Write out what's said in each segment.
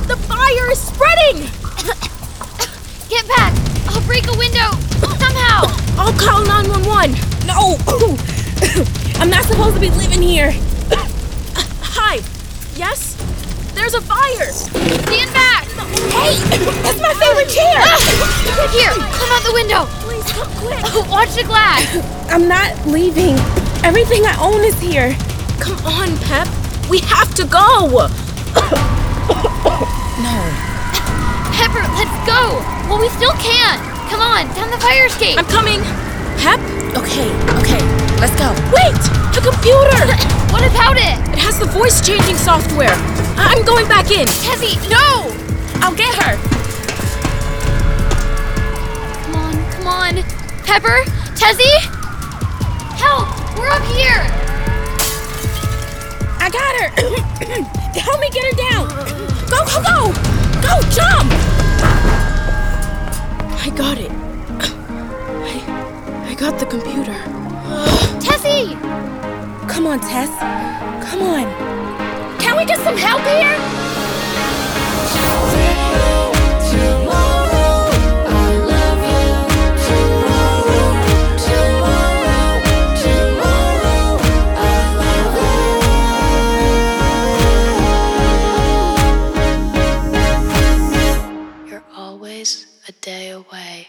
Oh fire is spreading! Get back! I'll break a window! Somehow! I'll call 911. No! I'm not supposed to be living here. Hi. Yes? There's a fire. Stand back! Hey! That's my favorite chair! Here, come out the window! Please come quick. Watch the glass! I'm not leaving. Everything I own is here. Come on, Pep. We have to go. Pepper, let's go! Well, we still can! Come on, down the fire escape! I'm coming. Pep? Okay, okay. Let's go. Wait! The computer! What about it? It has the voice changing software. I- I'm going back in. Tessie, no! I'll get her. Come on, come on! Pepper? Tessie? Help! We're up here! I got her. Help me get her down. Go, go, go. Go, jump. I got it. I, I got the computer. Tessie! Come on, Tess. Come on. Can we get some help here? You're always a day away.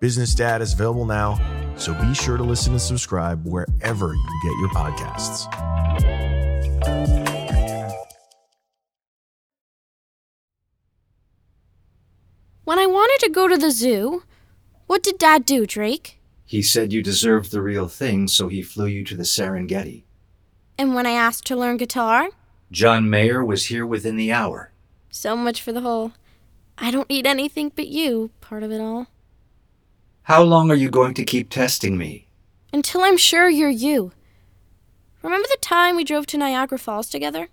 Business Dad is available now, so be sure to listen and subscribe wherever you get your podcasts. When I wanted to go to the zoo, what did Dad do, Drake? He said you deserved the real thing, so he flew you to the Serengeti. And when I asked to learn guitar? John Mayer was here within the hour. So much for the whole I don't need anything but you part of it all. How long are you going to keep testing me? Until I'm sure you're you. Remember the time we drove to Niagara Falls together?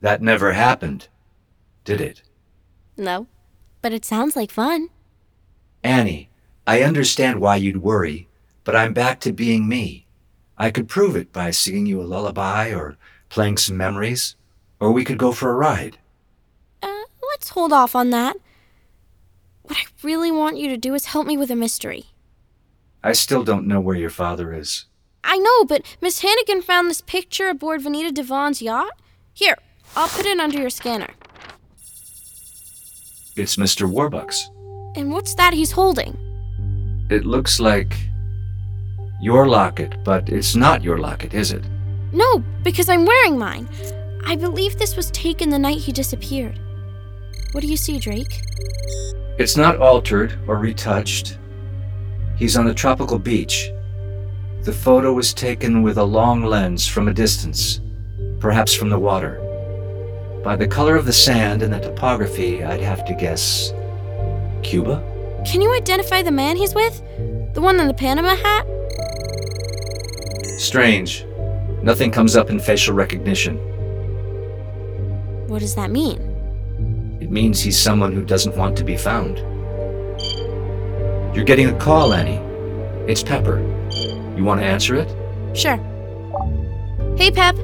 That never happened, did it? No. But it sounds like fun. Annie, I understand why you'd worry, but I'm back to being me. I could prove it by singing you a lullaby or playing some memories, or we could go for a ride. Uh, let's hold off on that. What I really want you to do is help me with a mystery. I still don't know where your father is. I know, but Miss Hannigan found this picture aboard Vanita Devon's yacht. Here, I'll put it under your scanner. It's Mr. Warbucks. And what's that he's holding? It looks like your locket, but it's not your locket, is it? No, because I'm wearing mine. I believe this was taken the night he disappeared. What do you see, Drake? It's not altered or retouched. He's on a tropical beach. The photo was taken with a long lens from a distance, perhaps from the water. By the color of the sand and the topography, I'd have to guess Cuba? Can you identify the man he's with? The one in the Panama hat? Strange. Nothing comes up in facial recognition. What does that mean? It means he's someone who doesn't want to be found. You're getting a call, Annie. It's Pepper. You want to answer it? Sure. Hey, Pep.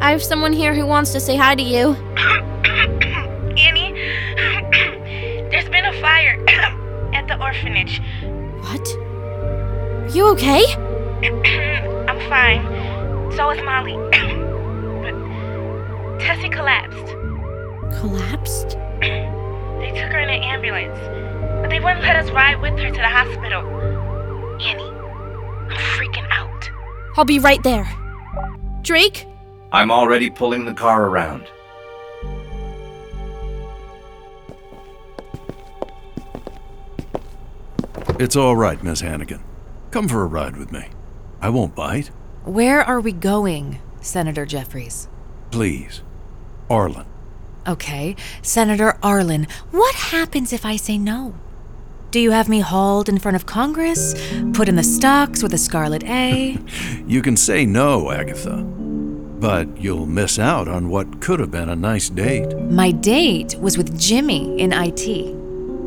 I have someone here who wants to say hi to you. Annie, there's been a fire at the orphanage. What? Are you okay? Mm, I'm fine. So is Molly. Tessie collapsed. Collapsed? They took her in an ambulance, but they wouldn't let us ride with her to the hospital. Annie, I'm freaking out. I'll be right there. Drake? I'm already pulling the car around. It's all right, Miss Hannigan. Come for a ride with me. I won't bite. Where are we going, Senator Jeffries? Please. Arlen, Okay, Senator Arlen, what happens if I say no? Do you have me hauled in front of Congress, put in the stocks with a scarlet A? you can say no, Agatha. But you'll miss out on what could have been a nice date. My date was with Jimmy in IT.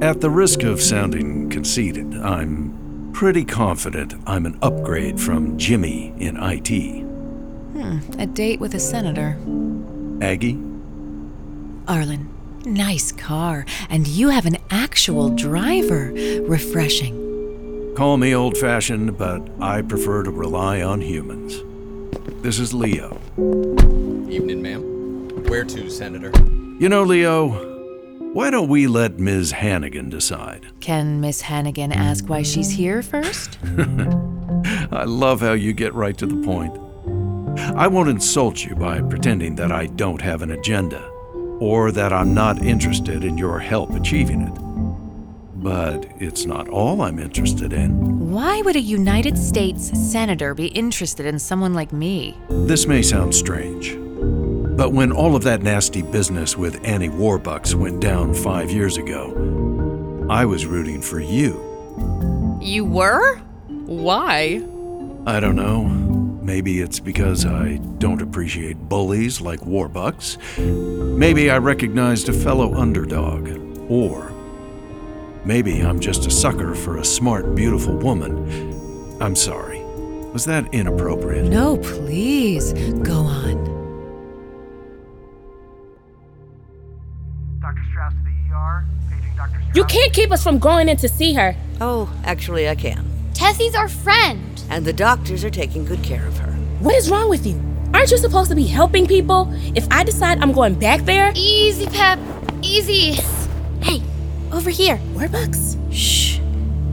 At the risk of sounding conceited, I'm pretty confident I'm an upgrade from Jimmy in IT. Hmm, A date with a senator. Aggie, Arlen, nice car, and you have an actual driver. Refreshing. call me old fashioned, but I prefer to rely on humans. This is Leo. Evening, ma'am. Where to, Senator? You know, Leo, why don't we let Ms. Hannigan decide? Can Miss Hannigan ask why she's here first? I love how you get right to the point. I won't insult you by pretending that I don't have an agenda or that I'm not interested in your help achieving it. But it's not all I'm interested in. Why would a United States senator be interested in someone like me? This may sound strange, but when all of that nasty business with Annie Warbucks went down five years ago, I was rooting for you. You were? Why? I don't know. Maybe it's because I don't appreciate bullies like Warbucks. Maybe I recognized a fellow underdog. Or maybe I'm just a sucker for a smart, beautiful woman. I'm sorry. Was that inappropriate? No, please, go on. Dr. Strauss to the ER. Paging Dr. Strauss. You can't keep us from going in to see her. Oh, actually, I can. Tessie's our friend. And the doctors are taking good care of her. What is wrong with you? Aren't you supposed to be helping people? If I decide I'm going back there, Easy, Pep. Easy. Hey, over here. Warbucks? Shh.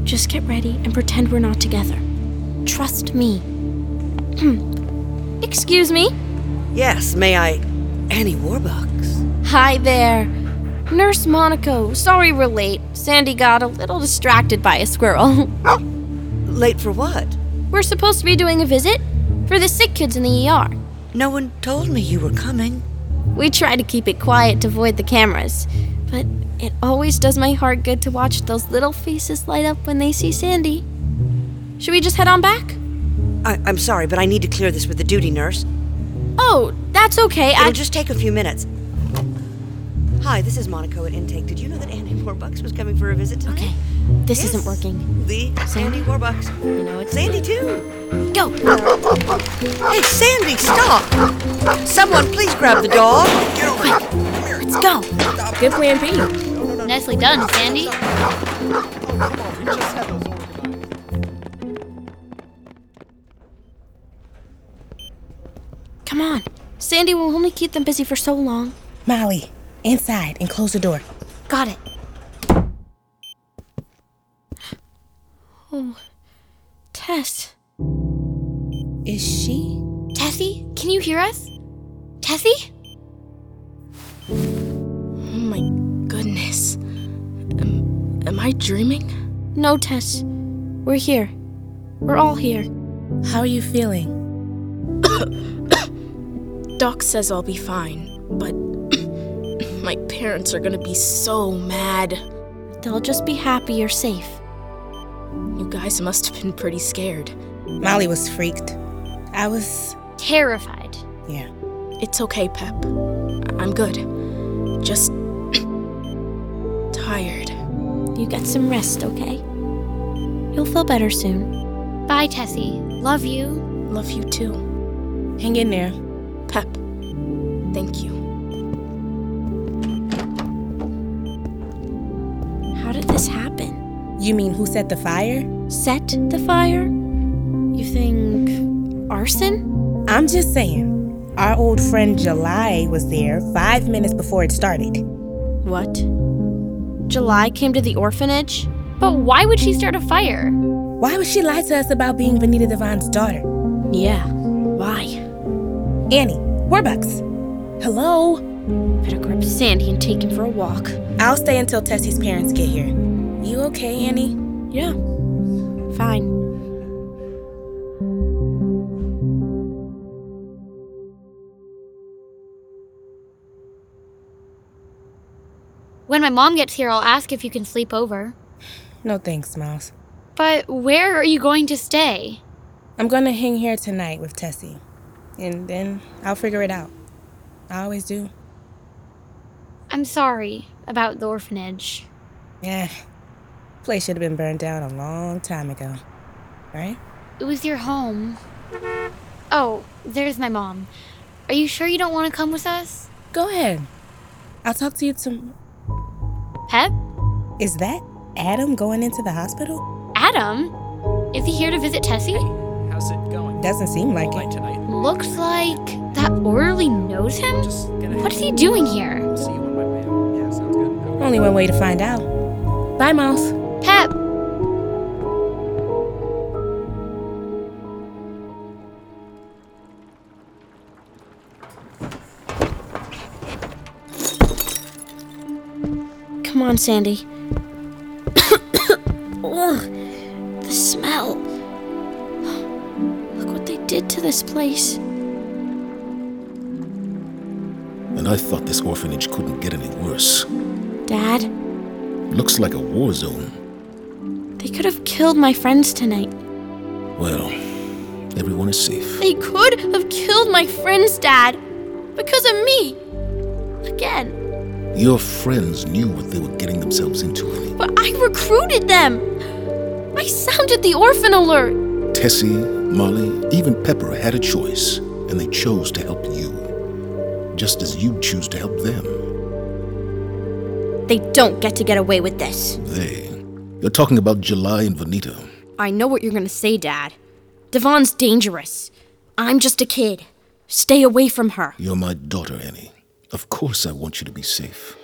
Just get ready and pretend we're not together. Trust me. Hmm. Excuse me. Yes, may I? Annie Warbucks. Hi there. Nurse Monaco, sorry we're late. Sandy got a little distracted by a squirrel. Late for what? we're supposed to be doing a visit for the sick kids in the ER. No one told me you were coming. We try to keep it quiet to avoid the cameras, but it always does my heart good to watch those little faces light up when they see Sandy. Should we just head on back? I- I'm sorry, but I need to clear this with the duty nurse. Oh, that's okay. I It'll just take a few minutes. Hi, this is Monaco at Intake. Did you know that Annie Warbucks was coming for a visit tonight? Okay. This Yes, isn't working. The Sandy Warbucks. You know, it's Sandy, too. go. Hey, Sandy, stop! Someone, please grab the dog. Let's go. Good plan B. Nicely done, Sandy. Come on. Sandy will only keep them busy for so long. Molly, inside and close the door. Got it. Oh, Tess. Is she? Tessie, can you hear us? Tessie? Oh my goodness. Am, am I dreaming? No, Tess. We're here. We're all here. How are you feeling? Doc says I'll be fine, but my parents are gonna be so mad. They'll just be happy you're safe. You guys must have been pretty scared. Molly was freaked. I was. Terrified. Yeah. It's okay, Pep. I- I'm good. Just tired. You get some rest, okay? You'll feel better soon. Bye, Tessie. Love you. Love you too. Hang in there. Pep, thank you. How did this happen? You mean who set the fire? Set the fire? You think. arson? I'm just saying. Our old friend July was there five minutes before it started. What? July came to the orphanage? But why would she start a fire? Why would she lie to us about being Vanita Devon's daughter? Yeah. Why? Annie, Warbucks. Hello? Better grab Sandy and take him for a walk. I'll stay until Tessie's parents get here. You okay, Annie? Yeah. Fine. When my mom gets here, I'll ask if you can sleep over. No thanks, Miles. But where are you going to stay? I'm gonna hang here tonight with Tessie, and then I'll figure it out. I always do. I'm sorry about the orphanage. Yeah, place should have been burned down a long time ago, right? It was your home. Oh, there's my mom. Are you sure you don't want to come with us? Go ahead. I'll talk to you some. Pep? Is that Adam going into the hospital? Adam? Is he here to visit Tessie? How's it going? Doesn't seem like it. Looks like that orderly knows him? What is he doing here? Only one way to find out. Bye, Miles. Pep! Come on, Sandy. Ugh, the smell. Look what they did to this place. And I thought this orphanage couldn't get any worse. Dad, Looks like a war zone. they could have killed my friends tonight. Well, everyone is safe. They could have killed my friends, Dad. Because of me. Again. Your friends knew what they were getting themselves into, Annie. But I recruited them. I sounded the orphan alert. Tessie, Molly, even Pepper had a choice, and they chose to help you, just as you choose to help them. They don't get to get away with this. They. You're talking about July and Vanita. I know what you're gonna say, Dad. Devon's dangerous. I'm just a kid. Stay away from her. You're my daughter, Annie. Of course I want you to be safe.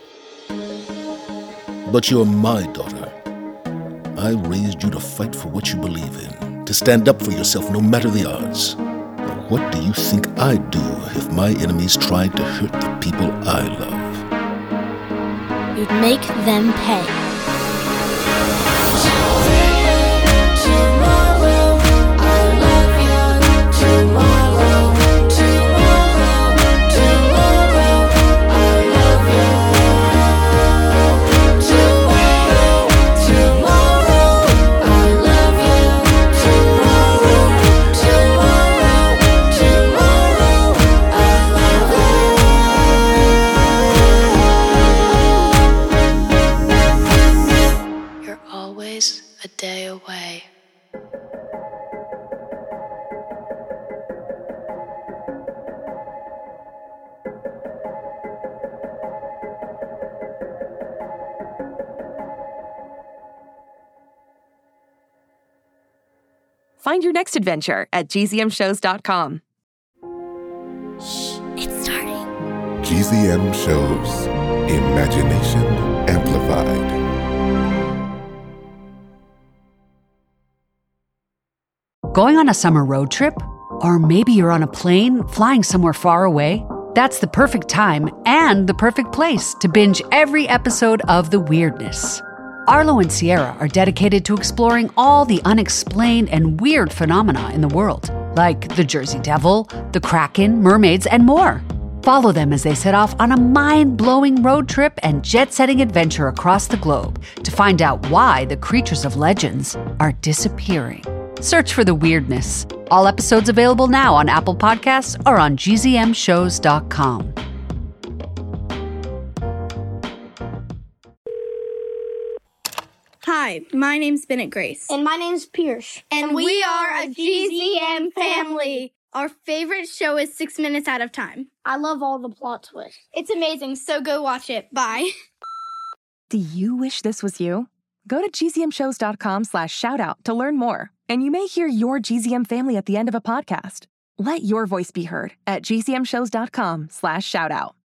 But you're my daughter. I raised you to fight for what you believe in, to stand up for yourself no matter the odds. Now, what do you think I'd do if my enemies tried to hurt the people I love? You'd make them pay. You're always a day away. Find your next adventure at gzmshows.com. GZM shows Imagination Amplified. Going on a summer road trip? Or maybe you're on a plane flying somewhere far away? That's the perfect time and the perfect place to binge every episode of The Weirdness. Arlo and Sierra are dedicated to exploring all the unexplained and weird phenomena in the world, like the Jersey Devil, the Kraken, mermaids, and more. Follow them as they set off on a mind blowing road trip and jet setting adventure across the globe to find out why the creatures of legends are disappearing. Search for the weirdness. All episodes available now on Apple Podcasts or on gzmshows.com. Hi, my name's Bennett Grace. And my name's Pierce. And, we, are a GZM family. Our favorite show is Six Minutes Out of Time. I love all the plot twists. It's amazing, so go watch it. Bye. Do you wish this was you? Go to gzmshows.com slash shoutout to learn more, and you may hear your GZM family at the end of a podcast. Let your voice be heard at gzmshows.com slash shoutout.